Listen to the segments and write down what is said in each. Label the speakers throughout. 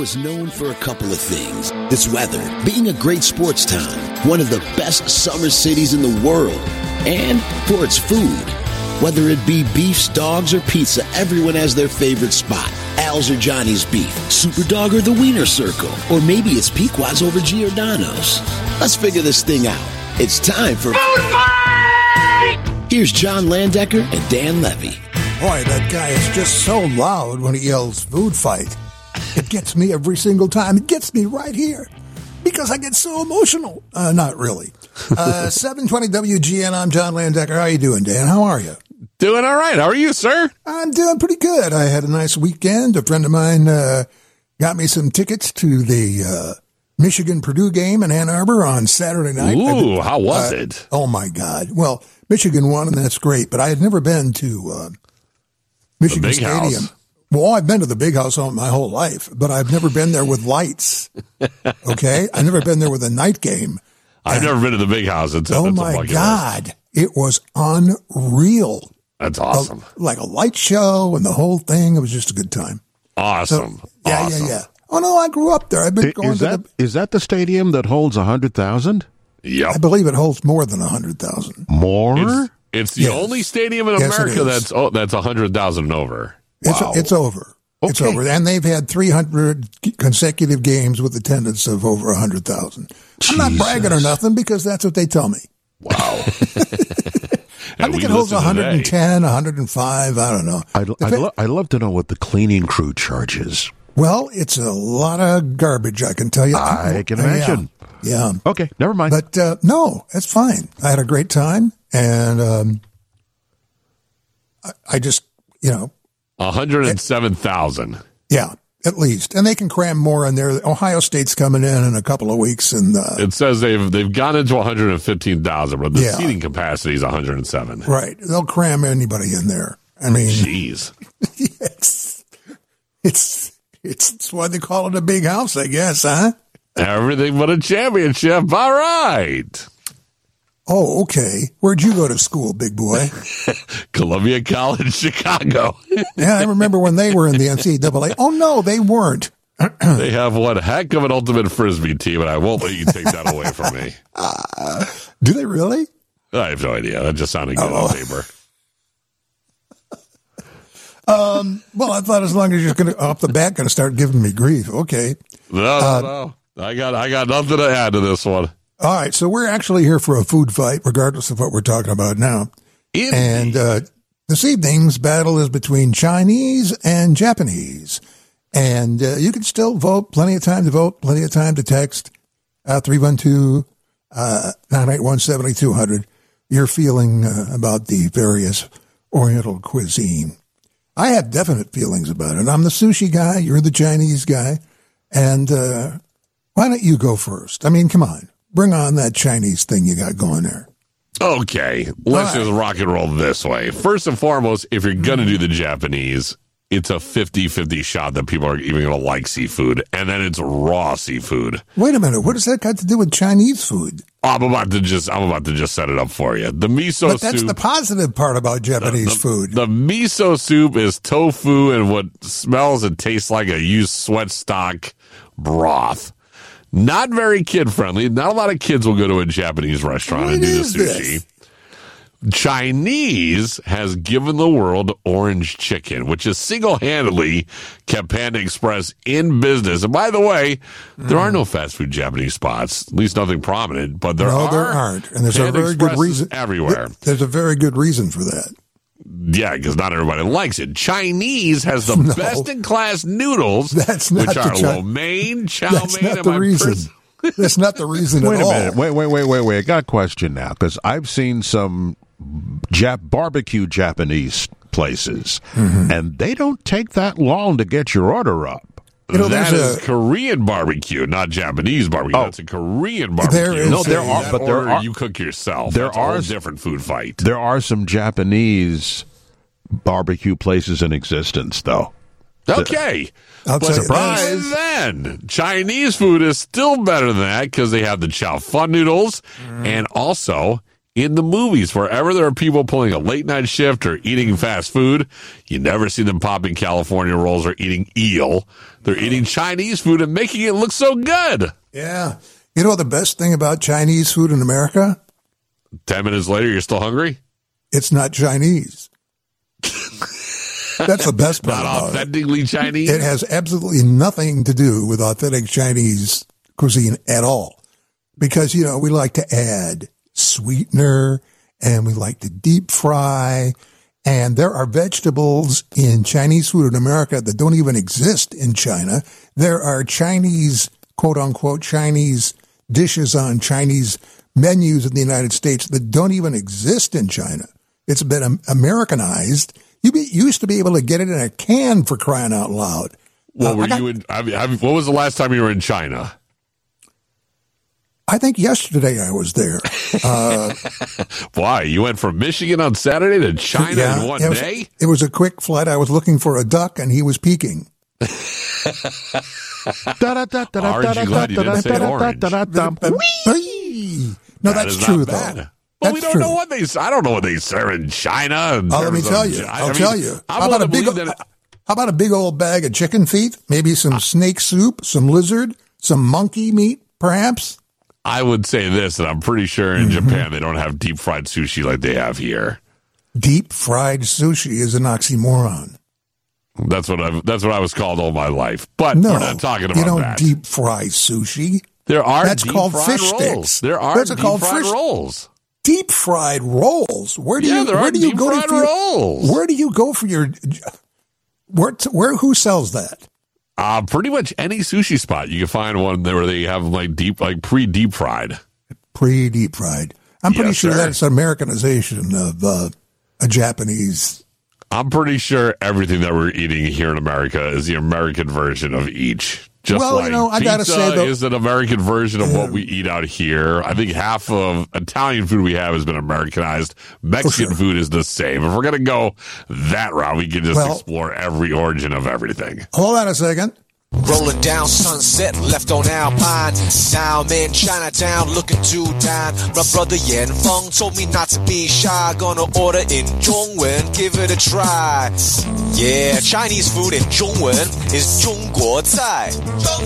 Speaker 1: was known for a couple of things its weather, being a great sports town, one of the best summer cities in the world, and for its food. Whether it be beefs, dogs, or pizza, everyone has their favorite spot. Al's or Johnny's Beef, Superdog or the Wiener Circle, or maybe it's Pequod's over Giordano's. Let's figure this thing out. It's time for Food Fight! Here's John Landecker and Dan Levy.
Speaker 2: Boy, that guy is just so loud when he yells food fight. It gets me every single time. It gets me right here because I get so emotional. Uh, not really. Uh, 720 WGN, I'm John Landecker. How you doing, Dan? How are you?
Speaker 3: Doing all right. How are you, sir?
Speaker 2: I'm doing pretty good. I had a nice weekend. A friend of mine uh, got me some tickets to the uh, Michigan Purdue game in Ann Arbor on Saturday night. I did-
Speaker 3: Ooh, how was
Speaker 2: uh,
Speaker 3: it?
Speaker 2: Oh my God! Well, Michigan won, and that's great. But I had never been to uh, Michigan
Speaker 3: big
Speaker 2: Stadium.
Speaker 3: house.
Speaker 2: Well, I've been to the big house all my whole life, but I've never been there with lights. Okay, I've never been there with a night game.
Speaker 3: I've never been to the big house. It's,
Speaker 2: oh
Speaker 3: it's a
Speaker 2: my
Speaker 3: bucket list.
Speaker 2: God! It was unreal.
Speaker 3: That's
Speaker 2: A-
Speaker 3: awesome.
Speaker 2: like a light show and the whole thing. It was just a good time.
Speaker 3: awesome.
Speaker 2: Yeah,
Speaker 3: awesome.
Speaker 2: yeah, yeah. Oh no, I grew up there. I've been going
Speaker 4: Is
Speaker 2: to
Speaker 4: that
Speaker 2: the.
Speaker 4: is that the stadium that holds hundred thousand
Speaker 2: I
Speaker 3: Yep.
Speaker 2: believe it holds more than hundred thousand.
Speaker 4: more?
Speaker 3: It's, it's the
Speaker 2: Yes.
Speaker 3: only stadium in
Speaker 2: Yes, it
Speaker 3: America
Speaker 2: is.
Speaker 3: that's oh, that's 100,000 and over.
Speaker 2: It's
Speaker 3: Wow.
Speaker 2: it's over. It's
Speaker 4: Okay.
Speaker 2: over. And they've had 300 consecutive games with attendance of over 100,000. I'm not bragging or nothing because that's what they tell me.
Speaker 3: wow.
Speaker 2: I think it holds 110, 105, I don't know.
Speaker 4: I'd,
Speaker 2: The
Speaker 4: I'd,
Speaker 2: fa-
Speaker 4: lo- I'd love to know what the cleaning crew charges.
Speaker 2: well, it's a lot of garbage, I can tell you. Oh,
Speaker 4: I can imagine.
Speaker 2: Yeah. yeah.
Speaker 4: Okay, never mind.
Speaker 2: But uh, no, that's fine. I had a great time. And um, I, I just, you know,
Speaker 3: 107,000.
Speaker 2: yeah, at least. And they can cram more in there. Ohio State's coming in in a couple of weeks. And uh,
Speaker 3: It says they've they've gone into 115,000, but the
Speaker 2: Yeah.
Speaker 3: seating capacity is 107.
Speaker 2: Right. They'll cram anybody in there. I mean,
Speaker 3: Jeez.
Speaker 2: it's, it's, it's, it's why they call it a big house, I guess, huh?
Speaker 3: Everything but a championship. All right.
Speaker 2: Oh, okay. Where'd you go to school, big boy?
Speaker 3: Columbia College, Chicago.
Speaker 2: Yeah, I remember when they were in the NCAA. Oh, no, they weren't.
Speaker 3: They have one heck of an ultimate frisbee team, and I won't let you take that away from me.
Speaker 2: Do they really?
Speaker 3: I have no idea. That just sounded good on paper.
Speaker 2: Well, I thought as long as you're going to, off the bat, going to start giving me grief. Okay.
Speaker 3: No, no,
Speaker 2: Uh,
Speaker 3: no. I got I got nothing to add to this one.
Speaker 2: All right. So we're actually here for a food fight, regardless of what we're talking about now. And uh, this evening's battle is between Chinese and Japanese. And uh, you can still vote. Plenty of time to vote. Plenty of time to text. Uh, 312 uh, 981 7200. Your feeling uh, about the various Oriental cuisine. I have definite feelings about it. I'm the sushi guy. You're the Chinese guy. And uh, why don't you go first? I mean, come on. Bring on that Chinese thing you got going there.
Speaker 3: Okay, let's
Speaker 2: All right.
Speaker 3: just rock and roll this way. First and foremost, if you're going to do the Japanese, it's a 50 50 shot that people are even going to like seafood, and then it's raw seafood.
Speaker 2: Wait a minute. What does that got to do with Chinese food?
Speaker 3: I'm about to just I'm about to just set it up for you. The miso
Speaker 2: But that's
Speaker 3: soup
Speaker 2: the positive part about Japanese food.
Speaker 3: The miso soup is tofu and what smells and tastes like a used sweat stock broth. Not very kid friendly. Not a lot of kids will go to a Japanese restaurant
Speaker 2: What
Speaker 3: and do the
Speaker 2: is
Speaker 3: sushi.
Speaker 2: this?
Speaker 3: Chinese has given the world orange chicken, which has single handedly kept Panda Express in business. And by the way, there are no fast food Japanese spots, at least nothing prominent, but there
Speaker 2: Hmm. no,
Speaker 3: are.
Speaker 2: there aren't, and there's a
Speaker 3: Panda
Speaker 2: very
Speaker 3: Express
Speaker 2: good
Speaker 3: is
Speaker 2: reason.
Speaker 3: Everywhere.
Speaker 2: There's a very good reason for that.
Speaker 3: Yeah, because not everybody likes it. Chinese has the best in class noodles,
Speaker 2: That's not
Speaker 3: which
Speaker 2: the
Speaker 3: are
Speaker 2: Chi-
Speaker 3: lo mein, chow
Speaker 2: That's
Speaker 3: mein,
Speaker 2: not
Speaker 3: and
Speaker 2: the
Speaker 3: my
Speaker 2: reason.
Speaker 3: pers-
Speaker 2: that's not the reason
Speaker 4: wait
Speaker 2: at
Speaker 4: a
Speaker 2: all.
Speaker 4: minute. Wait, wait, wait, wait, wait. I got a question now because I've seen some Jap barbecue Japanese places, and they don't take that long to get your order up.
Speaker 2: You know,
Speaker 3: that
Speaker 2: there's
Speaker 3: is
Speaker 2: a- Oh.
Speaker 3: Korean barbecue, not Japanese barbecue. That's a Korean barbecue.
Speaker 2: There is No, there a- are-
Speaker 3: That
Speaker 4: but there
Speaker 3: order
Speaker 4: are-
Speaker 3: You cook yourself.
Speaker 4: there
Speaker 3: That's a whole
Speaker 4: are-
Speaker 3: different food fight.
Speaker 4: There are some Japanese barbecue places in existence, though.
Speaker 3: Okay.
Speaker 2: I'll
Speaker 3: but
Speaker 2: tell you
Speaker 3: surprise then,
Speaker 2: Mm.
Speaker 3: Chinese food is still better than that because they have the chow fun noodles and also in the movies. Wherever there are people pulling a late night shift or eating fast food, you never see them popping California rolls or eating eel. They're
Speaker 2: Uh-huh.
Speaker 3: eating Chinese food and making it look so good.
Speaker 2: Yeah. You know the best thing about Chinese food in America?
Speaker 3: 10 minutes later, you're still hungry?
Speaker 2: It's not Chinese. That's the best part
Speaker 3: Not
Speaker 2: about Uh, it.
Speaker 3: authentically Chinese?
Speaker 2: It has absolutely nothing to do with authentic Chinese cuisine at all. Because, you know, we like to add sweetener and we like to deep fry. And there are vegetables in Chinese food in America that don't even exist in China. There are Chinese, quote unquote, Chinese dishes on Chinese menus in the United States that don't even exist in China. It's been um, Americanized. You be, you used to be able to get it in a can for crying out loud.
Speaker 3: Well,
Speaker 2: Uh,
Speaker 3: were
Speaker 2: I, got-
Speaker 3: you in, I mean, I mean, what was the last time you were in China?
Speaker 2: I think yesterday I was there.
Speaker 3: Why? You went from Michigan on Saturday to China in one
Speaker 2: it was,
Speaker 3: day?
Speaker 2: It was a quick flight. I was looking for a duck and he was peeking.
Speaker 3: Aren't you glad you didn't say orange?
Speaker 2: Whee! No,
Speaker 3: That
Speaker 2: that's
Speaker 3: is
Speaker 2: true
Speaker 3: not
Speaker 2: though.
Speaker 3: bad.
Speaker 2: That's
Speaker 3: But we don't
Speaker 2: true.
Speaker 3: know what they. I don't know what they serve in China. and
Speaker 2: Oh, let me
Speaker 3: there's
Speaker 2: tell
Speaker 3: a-
Speaker 2: you.
Speaker 3: I-
Speaker 2: I'll
Speaker 3: I mean,
Speaker 2: tell you.
Speaker 3: I'm
Speaker 2: How about
Speaker 3: willing
Speaker 2: a big?
Speaker 3: to
Speaker 2: o-
Speaker 3: believe that- Ah.
Speaker 2: how about a big old bag of chicken feet? Maybe some snake soup, some lizard, some monkey meat, perhaps.
Speaker 3: I would say this, and I'm pretty sure in
Speaker 2: Mm-hmm.
Speaker 3: Japan they don't have deep fried sushi like they have here.
Speaker 2: Deep fried sushi is an oxymoron.
Speaker 3: That's what I. That's what I was called all my life. But
Speaker 2: No,
Speaker 3: we're not talking about
Speaker 2: you don't
Speaker 3: that.
Speaker 2: deep fry sushi.
Speaker 3: there are
Speaker 2: that's
Speaker 3: deep
Speaker 2: called
Speaker 3: fried
Speaker 2: fish
Speaker 3: rolls.
Speaker 2: sticks.
Speaker 3: There are
Speaker 2: That's
Speaker 3: deep
Speaker 2: called
Speaker 3: fried
Speaker 2: fish-
Speaker 3: rolls.
Speaker 2: Deep fried rolls. Where do
Speaker 3: Yeah,
Speaker 2: you
Speaker 3: there
Speaker 2: where
Speaker 3: are
Speaker 2: do you
Speaker 3: deep
Speaker 2: go
Speaker 3: fried
Speaker 2: for your,
Speaker 3: rolls.
Speaker 2: Where do you go for your where t- where who sells that?
Speaker 3: Uh, pretty much any sushi spot you can find one there where they have like deep, like pre deep fried.
Speaker 2: Pre deep fried. I'm pretty
Speaker 3: Yes,
Speaker 2: sure
Speaker 3: sir.
Speaker 2: that's an Americanization of uh, a Japanese
Speaker 3: I'm pretty sure everything that we're eating here in America is the American version of each. Just
Speaker 2: Well, you
Speaker 3: like
Speaker 2: know, I
Speaker 3: pizza
Speaker 2: gotta say, though-
Speaker 3: is an American version of what we eat out here. I think half of Italian food we have has been Americanized. Mexican
Speaker 2: sure.
Speaker 3: food is the same. If we're gonna go that route, we can just
Speaker 2: Well-
Speaker 3: explore every origin of everything.
Speaker 2: Hold on a second.
Speaker 5: Rolling down sunset, left on Alpine. Down in Chinatown, looking to dine. My brother Yan Feng told me not to be shy. Gonna order in Zhongwen, give it a try. Yeah, Chinese food in Zhongwen is 中国菜.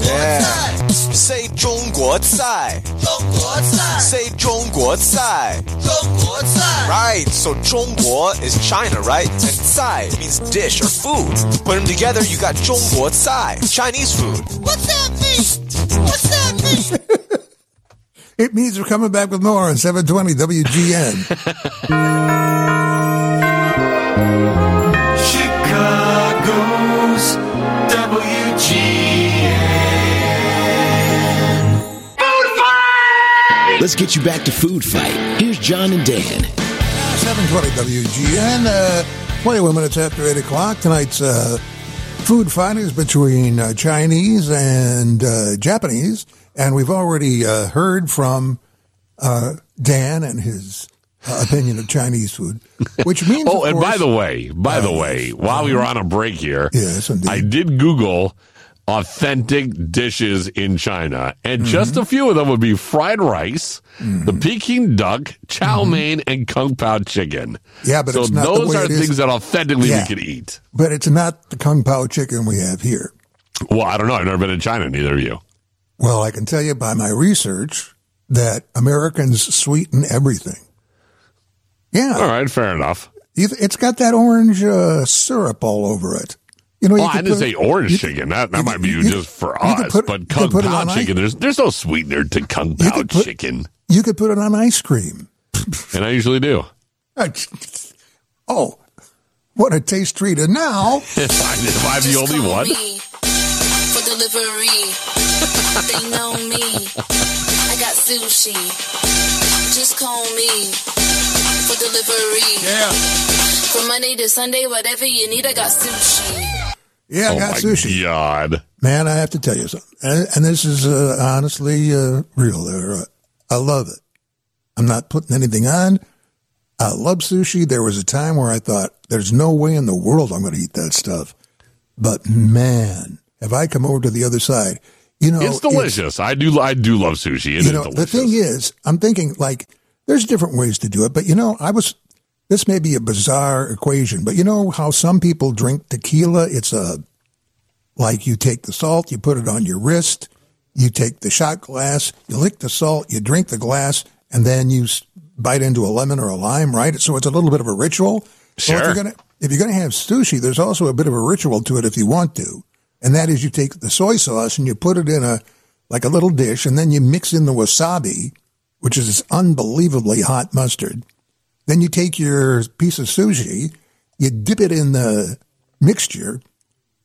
Speaker 5: Yeah. Say 中国菜. Say 中国菜. Right, so 中国 is China, right? And 菜 means dish or food. Put them together, you got 中国菜, Chinese food.
Speaker 6: What's that mean? What's that mean?
Speaker 2: It means we're coming back with more on 720 WGN.
Speaker 7: Chicago's WGN.
Speaker 1: Let's get you back to Food Fight. Here's John and Dan.
Speaker 2: 720 WGN. Uh, 21 minutes after 8 o'clock. Tonight's uh, food fight is between uh, Chinese and uh, Japanese. And we've already uh, heard from uh, Dan and his uh, opinion of Chinese food, which means.
Speaker 3: Oh,
Speaker 2: of
Speaker 3: and by
Speaker 2: course-
Speaker 3: the way, by the way, while we were on a break here,
Speaker 2: Yes, indeed.
Speaker 3: I did Google authentic dishes in China, and
Speaker 2: Mm-hmm.
Speaker 3: just a few of them would be fried rice, the Peking duck, chow mein, and kung pao chicken.
Speaker 2: Yeah, Mm-hmm. but
Speaker 3: so
Speaker 2: it's not the
Speaker 3: those
Speaker 2: way
Speaker 3: are
Speaker 2: it is.
Speaker 3: things that authentically
Speaker 2: Yeah.
Speaker 3: we could eat.
Speaker 2: But it's not the Kung Pao chicken we have here.
Speaker 3: Well, I don't know. I've never been in China. Neither of you.
Speaker 2: Well, I can tell you by my research that Americans sweeten everything. Yeah,
Speaker 3: All right, fair enough.
Speaker 2: It- it's got that orange uh, syrup all over it. You know, you
Speaker 3: Well, Oh, I
Speaker 2: could
Speaker 3: didn't
Speaker 2: put-
Speaker 3: say orange
Speaker 2: you-
Speaker 3: chicken. That that
Speaker 2: you-
Speaker 3: might be
Speaker 2: you-
Speaker 3: just for
Speaker 2: you could
Speaker 3: us.
Speaker 2: put- you
Speaker 3: but
Speaker 2: could
Speaker 3: kung
Speaker 2: put it
Speaker 3: pao
Speaker 2: on ice.
Speaker 3: chicken, there's there's no sweetener to kung
Speaker 2: You
Speaker 3: pao
Speaker 2: could put-
Speaker 3: chicken,
Speaker 2: You could put it on ice cream.
Speaker 3: and I usually do.
Speaker 2: Oh, what a taste treat! And now,
Speaker 3: If I- if I'm the only one.
Speaker 6: Me for delivery. they know me. I got sushi. Just call me for delivery.
Speaker 2: yeah,
Speaker 6: From Monday to Sunday, whatever you need, I got sushi.
Speaker 2: yeah, I
Speaker 3: oh
Speaker 2: got
Speaker 3: my
Speaker 2: sushi.
Speaker 3: god!
Speaker 2: Man, I have to tell you something, and, and this is uh, honestly uh, real. There, uh, I love it. I'm not putting anything on. I love sushi. There was a time where I thought, "There's no way in the world I'm going to eat that stuff," but man, have I come over to the other side? You know,
Speaker 3: It's delicious. I do. I do love sushi. It is
Speaker 2: Oh, you know,
Speaker 3: delicious.
Speaker 2: the thing is, I'm thinking like There's different ways to do it, but you know, I was. This may be a bizarre equation, but you know how some people drink tequila. It's a like you take the salt, you put it on your wrist, you take the shot glass, you lick the salt, you drink the glass, and then you s- bite into a lemon or a lime, right? So it's a little bit of a ritual. So if
Speaker 3: Sure.
Speaker 2: you're gonna if you're gonna have sushi, there's also a bit of a ritual to it if you want to, and that is you take the soy sauce and you put it in a like a little dish, and then you mix in the wasabi, which is this unbelievably hot mustard. Then you take your piece of sushi, you dip it in the mixture,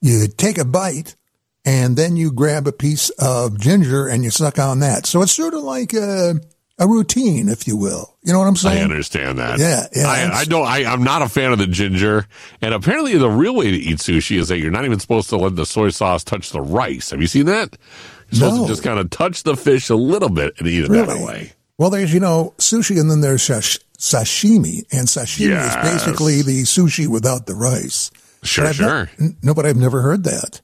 Speaker 2: you take a bite, and then you grab a piece of ginger and you suck on that. So it's sort of like a, a routine, if you will. You know what I'm
Speaker 3: I
Speaker 2: saying?
Speaker 3: understand that.
Speaker 2: Yeah, yeah,
Speaker 3: I,
Speaker 2: it's-
Speaker 3: I don't. I, I'm not a fan of the ginger. And apparently, the real way to eat sushi is that you're not even supposed to let the soy sauce touch the rice. Have you seen that? You're supposed
Speaker 2: No.
Speaker 3: to just kind of touch the fish a little bit and eat it that
Speaker 2: Really?
Speaker 3: way.
Speaker 2: Well, there's, you know, sushi and then there's sash- sashimi. And sashimi
Speaker 3: Yes.
Speaker 2: is basically the sushi without the rice.
Speaker 3: Sure,
Speaker 2: But I've
Speaker 3: sure.
Speaker 2: not- n- no, but I've never heard that.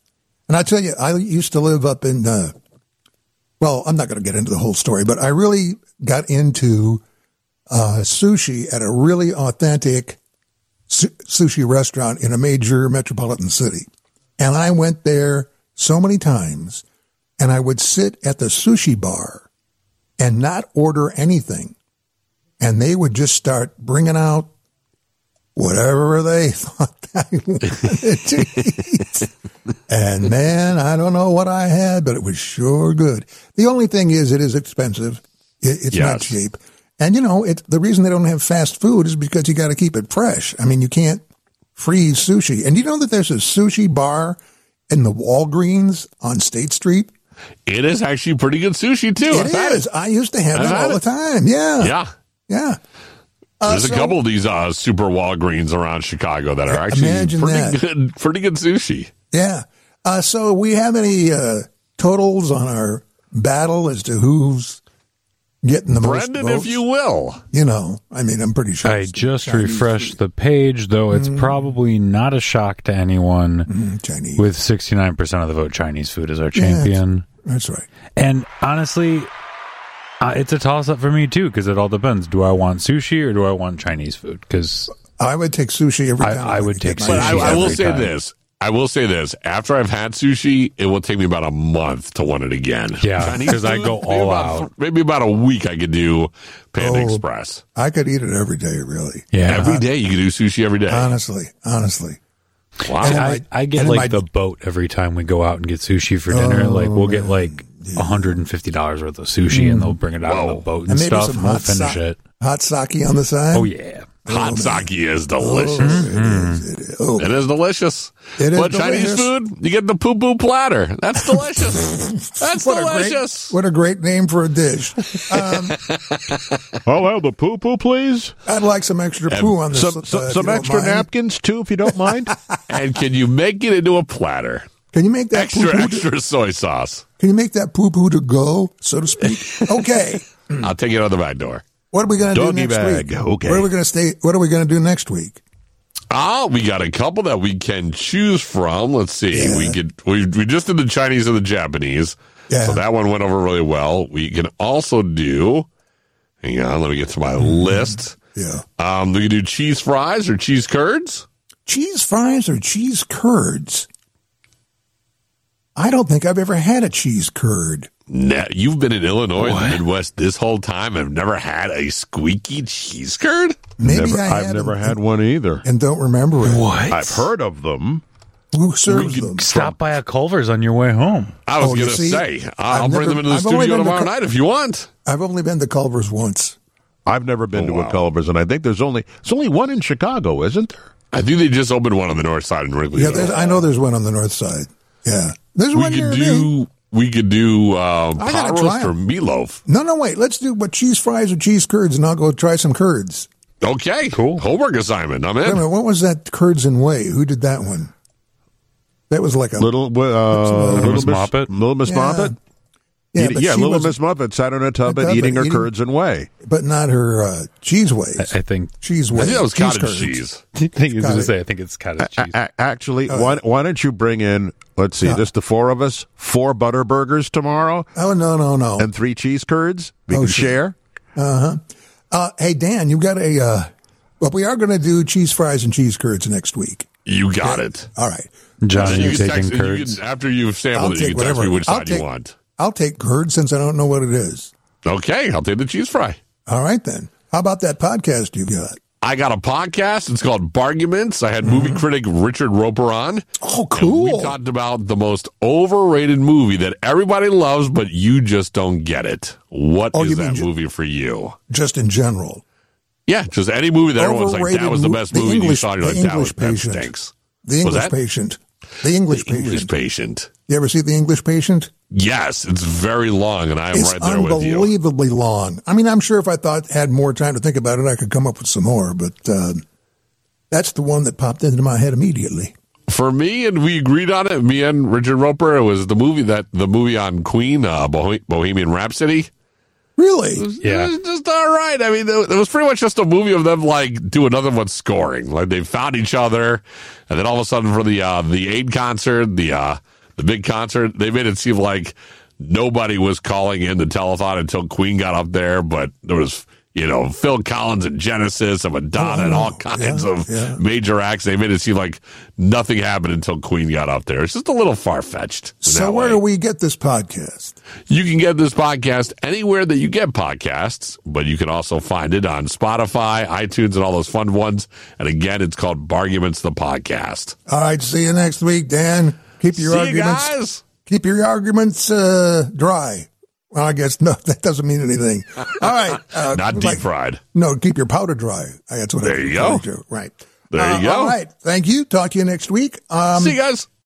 Speaker 2: And I tell you, I used to live up in. Uh, well, I'm not going to get into the whole story, but I really got into uh, sushi at a really authentic su- sushi restaurant in a major metropolitan city, and I went there so many times, and I would sit at the sushi bar and not order anything, and they would just start bringing out whatever they thought I wanted to eat. And man, I don't know what I had, but it was sure good. The only thing is, it is expensive. It, it's not
Speaker 3: Yes.
Speaker 2: cheap. And you know, it, the reason they don't have fast food is because you got to keep it fresh. I mean, you can't freeze sushi. And you know that there's a sushi bar in the Walgreens on State Street.
Speaker 3: It is actually pretty good sushi too.
Speaker 2: It
Speaker 3: I've had
Speaker 2: is. I used to have
Speaker 3: I've
Speaker 2: that
Speaker 3: had
Speaker 2: all the
Speaker 3: it.
Speaker 2: time. Yeah,
Speaker 3: Yeah.
Speaker 2: yeah.
Speaker 3: There's
Speaker 2: so-
Speaker 3: a couple of these uh, super Walgreens around Chicago that are actually
Speaker 2: Imagine
Speaker 3: pretty
Speaker 2: that.
Speaker 3: good, pretty good sushi.
Speaker 2: Yeah. Uh, so we have any uh, totals on our battle as to who's getting the
Speaker 3: Brendan,
Speaker 2: most votes?
Speaker 3: if you will.
Speaker 2: you know, I mean, I'm pretty sure.
Speaker 8: I
Speaker 2: it's
Speaker 8: just
Speaker 2: Chinese
Speaker 8: refreshed the page, though it's probably not a shock to anyone.
Speaker 2: food, Chinese.
Speaker 8: With 69% of the vote, Chinese food is our
Speaker 2: Yeah, it's-
Speaker 8: champion.
Speaker 2: That's right.
Speaker 8: And honestly, uh, it's a toss up for me too because it all depends. Do I want sushi or do I want Chinese food? Because
Speaker 2: I would take sushi every
Speaker 8: I-
Speaker 2: time.
Speaker 8: I
Speaker 2: if
Speaker 8: would
Speaker 2: could
Speaker 8: take
Speaker 2: get my
Speaker 3: But
Speaker 8: sushi
Speaker 3: I,
Speaker 2: hands
Speaker 3: I
Speaker 2: on
Speaker 3: will
Speaker 8: every
Speaker 3: say
Speaker 8: time.
Speaker 3: this. I will say this. After I've had sushi, it will take me about a month to want it again.
Speaker 8: Yeah,
Speaker 3: Chinese
Speaker 8: 'cause I
Speaker 3: food,
Speaker 8: go
Speaker 3: maybe
Speaker 8: all
Speaker 3: about
Speaker 8: out.
Speaker 3: th- maybe about a week I could do Panda
Speaker 2: Oh.
Speaker 3: Express.
Speaker 2: it. I could eat it every day, really.
Speaker 8: yeah,
Speaker 3: Every day you could do sushi every day.
Speaker 2: Honestly, honestly.
Speaker 3: wow.
Speaker 2: and
Speaker 8: I, I get
Speaker 2: and
Speaker 8: like
Speaker 2: my-
Speaker 8: the boat every time we go out and get sushi for dinner. like we'll get like $150 worth of sushi and they'll bring it out on the
Speaker 3: Whoa.
Speaker 8: boat Mm. and,
Speaker 2: and maybe
Speaker 8: stuff
Speaker 2: some
Speaker 8: and we'll
Speaker 2: hot,
Speaker 8: finish
Speaker 2: sa-
Speaker 8: it.
Speaker 2: hot sake on the side.
Speaker 8: Oh, yeah. Mm-hmm.
Speaker 3: Hot sake is
Speaker 2: Oh,
Speaker 3: delicious.
Speaker 2: it is, it is. Oh,
Speaker 3: It is delicious.
Speaker 2: It is
Speaker 3: but Chinese
Speaker 2: delicious.
Speaker 3: food, you get the poo poo platter. That's delicious. That's
Speaker 2: what
Speaker 3: delicious.
Speaker 2: A great, what a great name for a dish. Um,
Speaker 4: I'll have Oh, the poo poo, please.
Speaker 2: I'd like some extra poo on this. uh,
Speaker 4: Some, some,
Speaker 2: if
Speaker 4: some
Speaker 2: you don't
Speaker 4: extra
Speaker 2: mind.
Speaker 4: napkins, too, if you don't mind.
Speaker 3: and can you make it into a platter?
Speaker 2: Can you make that
Speaker 3: Extra,
Speaker 2: poo-poo to-
Speaker 3: extra soy sauce.
Speaker 2: Can you make that poo poo to go, so to speak? Okay.
Speaker 8: Mm.
Speaker 3: I'll take it out the back door.
Speaker 2: What are we going to do
Speaker 4: Doggy
Speaker 2: next
Speaker 4: bag.
Speaker 2: week?
Speaker 4: Okay.
Speaker 2: What are we going to stay? What are we going to do next week?
Speaker 3: Ah, we got a couple that we can choose from. Let's see. We could we we just did the Chinese and the Japanese.
Speaker 2: Yeah.
Speaker 3: So that one went over really well. We can also do hang on, let me get to
Speaker 2: Hmm.
Speaker 3: my list.
Speaker 2: Yeah.
Speaker 3: Um we can do cheese fries or cheese curds.
Speaker 2: Cheese fries or cheese curds? I don't think I've ever had a cheese curd.
Speaker 3: Nah, you've been in Illinois in the Midwest this whole time. I've never had a squeaky cheese curd.
Speaker 2: Maybe
Speaker 4: Never-
Speaker 2: I
Speaker 4: I've
Speaker 2: have
Speaker 4: never
Speaker 2: and,
Speaker 4: had one either.
Speaker 2: and don't remember it.
Speaker 8: What?
Speaker 4: I've heard of them.
Speaker 2: Who serves them?
Speaker 8: Stop by a Culver's on your way home.
Speaker 3: I was
Speaker 2: Oh, you
Speaker 3: gonna
Speaker 2: see,
Speaker 3: say
Speaker 2: I've
Speaker 3: I'll bring
Speaker 2: never-
Speaker 3: them into the
Speaker 2: I've only
Speaker 3: studio
Speaker 2: been to
Speaker 3: tomorrow
Speaker 2: cou-
Speaker 3: night if you want.
Speaker 2: I've only been to Culver's once.
Speaker 4: I've never been
Speaker 2: Oh,
Speaker 4: to a Culver's, and I think there's only there's only one in Chicago, isn't there?
Speaker 3: I think they just opened one on the north side in Wrigley.
Speaker 2: Yeah, there's, I know there's one on the north side. Yeah, there's
Speaker 3: we
Speaker 2: one near
Speaker 3: could
Speaker 2: me.
Speaker 3: do we could do uh,
Speaker 2: I gotta try
Speaker 3: pot roast
Speaker 2: 'em.
Speaker 3: or meatloaf.
Speaker 2: No, no, wait. Let's do what cheese fries or cheese curds, and I'll go try some curds.
Speaker 3: Okay, cool. Homework assignment. I'm
Speaker 2: Wait a
Speaker 3: in.
Speaker 2: minute, what was that Curds and Whey? Who did that one? That was like a
Speaker 4: Little uh,
Speaker 8: Little
Speaker 4: Miss-
Speaker 8: Miss Moppet?
Speaker 4: Little Miss
Speaker 2: Um, Yeah.
Speaker 4: Moppet.
Speaker 2: yeah,
Speaker 4: Eat-
Speaker 2: but
Speaker 4: yeah,
Speaker 2: she
Speaker 4: Little
Speaker 2: was-
Speaker 4: Miss Muffet sat on a tub
Speaker 2: a
Speaker 4: and
Speaker 2: tub
Speaker 4: eating
Speaker 2: and
Speaker 4: her
Speaker 2: eating-
Speaker 4: curds and whey.
Speaker 2: but not her uh, cheese ways.
Speaker 8: I, I think.
Speaker 2: cheese
Speaker 3: I
Speaker 2: ways.
Speaker 3: think that was
Speaker 2: cheese
Speaker 3: cottage
Speaker 2: curds.
Speaker 3: cheese.
Speaker 8: I think you was
Speaker 2: Got
Speaker 8: gonna
Speaker 2: it.
Speaker 8: say. I think it's cottage cheese.
Speaker 4: A- actually,
Speaker 2: Uh,
Speaker 4: why, why don't you bring in, let's see, just the four of us, four butter burgers tomorrow
Speaker 2: Oh no no no!
Speaker 4: and three cheese curds? We
Speaker 2: Oh,
Speaker 4: can
Speaker 2: sure.
Speaker 4: share.
Speaker 2: Uh, hey, Dan, you've got a. Uh, well, we are going to do cheese fries and cheese curds next week.
Speaker 3: You got it.
Speaker 2: All right.
Speaker 8: John,
Speaker 3: And
Speaker 8: you
Speaker 3: you can text,
Speaker 8: taking
Speaker 3: and you
Speaker 8: curds?
Speaker 3: can, after you've
Speaker 2: I'll
Speaker 3: sampled it, you
Speaker 2: take
Speaker 3: can text
Speaker 2: whatever.
Speaker 3: me which
Speaker 2: I'll
Speaker 3: side
Speaker 2: take-
Speaker 3: you want.
Speaker 2: I'll take curds since I don't know what it is.
Speaker 3: Okay, I'll take the cheese fry.
Speaker 2: All right, then. How about that podcast you got?
Speaker 3: I got a podcast. It's called Barguments. I had
Speaker 2: Mm-hmm.
Speaker 3: movie critic Richard Roper on.
Speaker 2: Oh,
Speaker 3: And we talked about the most overrated movie that everybody loves, but you just don't get it. What is
Speaker 2: Oh, you mean
Speaker 3: that
Speaker 2: ju-
Speaker 3: movie for you?
Speaker 2: Just in general.
Speaker 3: Yeah, just any movie that everyone's like,
Speaker 2: Overrated
Speaker 3: that was the
Speaker 2: mo-
Speaker 3: best
Speaker 2: the
Speaker 3: movie and you
Speaker 2: English-
Speaker 3: saw. and You're
Speaker 2: the
Speaker 3: like, that, was,
Speaker 2: English
Speaker 3: that
Speaker 2: patient.
Speaker 3: stinks.
Speaker 2: The
Speaker 3: Was
Speaker 2: English
Speaker 3: that?
Speaker 2: patient. The English patient.
Speaker 3: English patient.
Speaker 2: You ever see The English Patient?
Speaker 3: Yes, it's very long, and I am
Speaker 2: It's
Speaker 3: right there with you.
Speaker 2: unbelievably long. I mean, I'm sure if I thought had more time to think about it, I could come up with some more. But uh, that's the one that popped into my head immediately.
Speaker 3: for me, and we agreed on it. Me and Richard Roper. It was the movie that the movie on Queen, uh, Bohe- Bohemian Rhapsody.
Speaker 2: Really?
Speaker 3: It
Speaker 8: Yeah.
Speaker 3: was just all right. I mean, it was pretty much just a movie of them like doing another one scoring. Like they found each other, and then all of a sudden for the uh, the aid concert, the uh, the big concert, they made it seem like nobody was calling in the telethon until Queen got up there. But there was you know Phil Collins and Genesis and Madonna and all kinds
Speaker 2: Mm-hmm. Yeah,
Speaker 3: of
Speaker 2: yeah.
Speaker 3: major acts. They made it seem like nothing happened until Queen got up there. It's just a little far fetched.
Speaker 2: So where do we get this podcast?
Speaker 3: You can get this podcast anywhere that you get podcasts, but you can also find it on Spotify, iTunes, and all those fun ones. And again, it's called Barguments the Podcast.
Speaker 2: All right. See you next week, Dan. Keep your
Speaker 3: See
Speaker 2: arguments.
Speaker 3: you guys.
Speaker 2: Keep your arguments uh, dry. Well, I guess no, that doesn't mean anything. All right. Uh,
Speaker 3: Not deep
Speaker 2: like-
Speaker 3: fried.
Speaker 2: No, keep your powder dry. Uh, That's what I
Speaker 3: There
Speaker 2: was
Speaker 3: you go.
Speaker 2: referring to. Right.
Speaker 3: There you
Speaker 2: Uh, All
Speaker 3: go.
Speaker 2: right. Thank you. Talk to you next week. Um,
Speaker 3: See you guys.